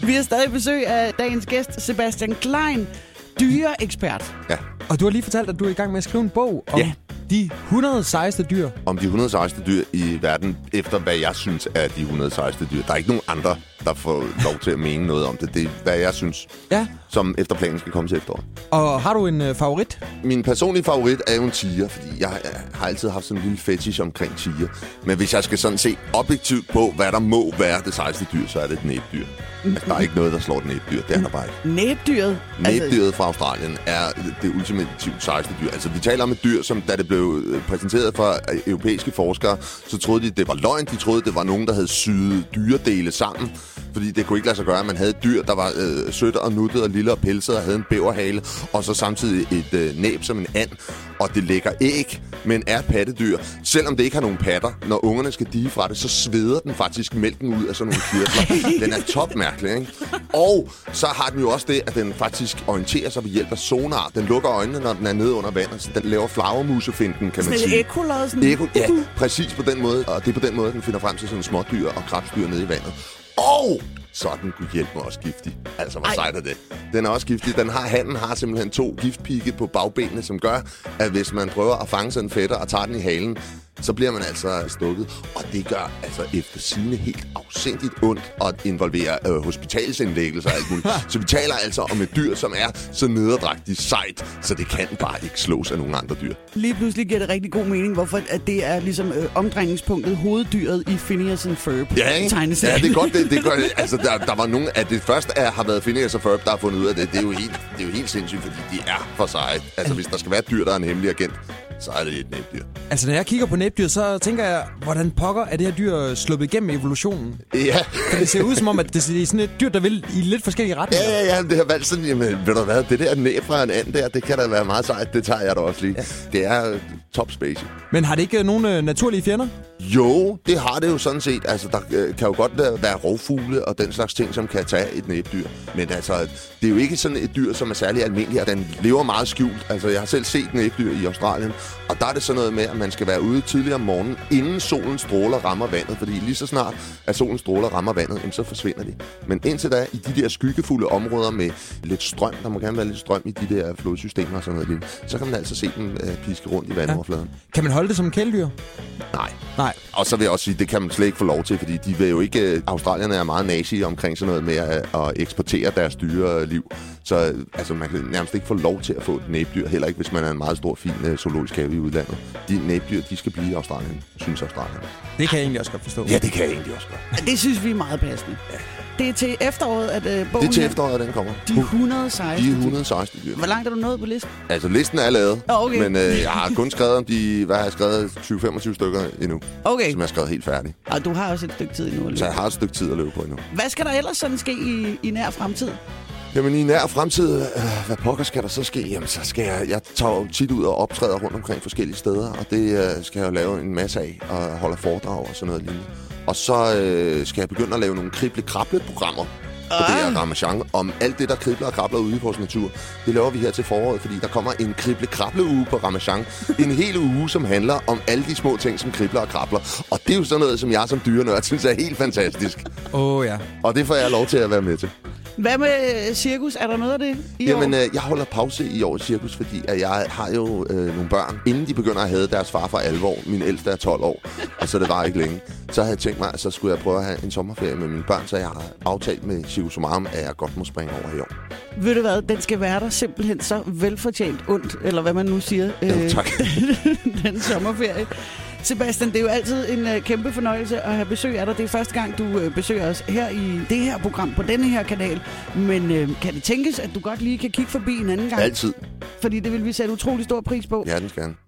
Vi har stadig besøg af dagens gæst, Sebastian Klein, dyreekspert. Ja, Og du har lige fortalt, at du er i gang med at skrive en bog om Ja. de 100 sejeste dyr. om de 116 dyr i verden, efter hvad jeg synes er de 116 dyr. Der er ikke nogen andre, der får lov til at mene noget om det. Det er, hvad jeg synes, Ja. som efter planen skal komme til efteråret. Og har du en øh, favorit? Min personlige favorit er jo en tiger, fordi jeg øh, har altid haft sådan en lille fetish omkring tiger. Men hvis jeg skal sådan se objektivt på, hvad der må være det sejeste dyr, så er det et næbdyr. Altså, der er ikke noget, der slår et næbdyr. Det er der bare ikke. Næbdyret. Altså, Næbdyret fra Australien er det ultimativt sejeste dyr. Altså, vi taler om et dyr, som da det blev øh, præsenteret for øh, europæiske forskere, så troede de, det var løgn. De troede, det var nogen, der havde syet dyredele sammen. Fordi det kunne ikke lade sig gøre, at man havde et dyr, der var øh, sødt og nuttet og lille og pelset og havde en bæverhale. Og så samtidig et øh, næb som en and. Og det lægger æg, men er et pattedyr. Selvom det ikke har nogen patter, når ungerne skal dige fra det, så sveder den faktisk mælken ud af sådan nogle kirtler. den er topmærkelig, ikke? Og så har den jo også det, at den faktisk orienterer sig ved hjælp af sonar. Den lukker øjnene, når den er nede under vandet, så den laver flagermusefinden, kan man Sådan et sige. ekolod. Sådan. Eko, ja, præcis på den måde. Og det er på den måde, den finder frem til sådan smådyr og krabstyr nede i vandet. Og så er den kunne hjælpe mig også giftig. Altså, hvor Ej. sejt er det? Den er også giftig. Den har, handen har simpelthen to giftpigge på bagbenene, som gør, at hvis man prøver at fange sådan en fætter og tager den i halen, så bliver man altså stukket. Og det gør altså efter sine helt afsindigt ondt og involverer øh, hospitalsindlæggelser og alt muligt. så vi taler altså om et dyr, som er så nederdragtigt sejt, så det kan bare ikke slås af nogen andre dyr. Lige pludselig giver det rigtig god mening, hvorfor at det er ligesom øh, omdrejningspunktet, hoveddyret i Phineas and Ferb. Ja, ikke? Tegneserien. Ja, det er godt. Det, det gør, altså, der, der var nogen, at det først er, har været Phineas og Ferb, der har fundet ud af det. Det er jo helt, det er jo helt sindssygt, fordi de er for seje. Altså, hvis der skal være et dyr, der er en hemmelig agent, så er det et næbdyr. Altså, når jeg kigger på næbdyr, så tænker jeg, hvordan pokker er det her dyr øh, sluppet igennem evolutionen? Ja. For det ser ud som om, at det er sådan et dyr, der vil i lidt forskellige retninger. Ja, ja, ja, det har valgt sådan, jamen, ved du hvad, det der næb fra en anden der, det kan da være meget sejt, det tager jeg da også lige. Det er øh, top space. Men har det ikke øh, nogen øh, naturlige fjender? Jo, det har det jo sådan set. Altså, der øh, kan jo godt være, være rovfugle og den slags ting, som kan tage et næbdyr. Men altså, det er jo ikke sådan et dyr, som er særlig almindeligt, og den lever meget skjult. Altså, jeg har selv set næbdyr i Australien, og der er det sådan noget med, at man skal være ude tidligere om morgenen, inden solen stråler rammer vandet. Fordi lige så snart, at solen stråler rammer vandet, jamen, så forsvinder de. Men indtil da, i de der skyggefulde områder med lidt strøm, der må gerne være lidt strøm i de der flodsystemer og sådan noget, lignende, så kan man altså se dem øh, piske rundt i vandoverfladen. Kan man holde det som kæledyr? Nej, Nej. og så vil jeg også sige, det kan man slet ikke få lov til, fordi de vil jo ikke... øh, Australierne er meget nazi omkring sådan noget med at, at eksportere deres dyreliv. Så øh, altså, man kan nærmest ikke få lov til at få et næbdyr, heller ikke hvis man er en meget stor, fin øh, zoologisk have i udlandet. De næbdyr, de skal blive i Australien, synes Australien. Det kan jeg egentlig også godt forstå. Ja, det kan jeg egentlig også godt. det synes vi er meget passende. Det er til efteråret, at øh, bogen Det er til her, efteråret, den kommer. De 116. De 116 dyr. Hvor langt er du nået på listen? Altså, listen er lavet, Nå, okay. men øh, jeg har kun skrevet om de... Hvad har jeg skrevet? 20-25 stykker endnu, Okay, som jeg har skrevet helt færdig. og du har også et stykke tid endnu. at Så jeg løbe. har et stykke tid at løbe på endnu. Hvad skal der ellers sådan ske i, i nær fremtid? Jamen i nær fremtid, øh, hvad pokker skal der så ske? Jamen så skal jeg, jeg tager jo tit ud og optræder rundt omkring forskellige steder, og det øh, skal jeg jo lave en masse af, og holde foredrag og sådan noget lignende. Og så øh, skal jeg begynde at lave nogle krible krable programmer på det her Ramachan, om alt det, der kribler og krabler ude i vores natur. Det laver vi her til foråret, fordi der kommer en krible krable uge på Ramachan. En hel uge, som handler om alle de små ting, som kribler og krabler. Og det er jo sådan noget, som jeg som dyrenørd synes er helt fantastisk. Åh, oh, ja. Og det får jeg lov til at være med til. Hvad med øh, cirkus? Er der noget af det i Jamen, år? øh, jeg holder pause i år i cirkus, fordi at jeg har jo øh, nogle børn. Inden de begynder at have deres far for alvor, min ældste er 12 år, og så det var ikke længe, så havde jeg tænkt mig, at så skulle jeg prøve at have en sommerferie med mine børn, så jeg har aftalt med Chico Sumarum, at jeg godt må springe over i år. Ved du hvad, den skal være der simpelthen så velfortjent ondt, eller hvad man nu siger, øh, Jo, tak. den sommerferie. Sebastian, det er jo altid en øh, kæmpe fornøjelse at have besøg af dig. Det er første gang, du øh, besøger os her i det her program på denne her kanal. Men øh, kan det tænkes, at du godt lige kan kigge forbi en anden gang? Altid. Fordi det vil vi sætte utrolig stor pris på. Hjertens gerne.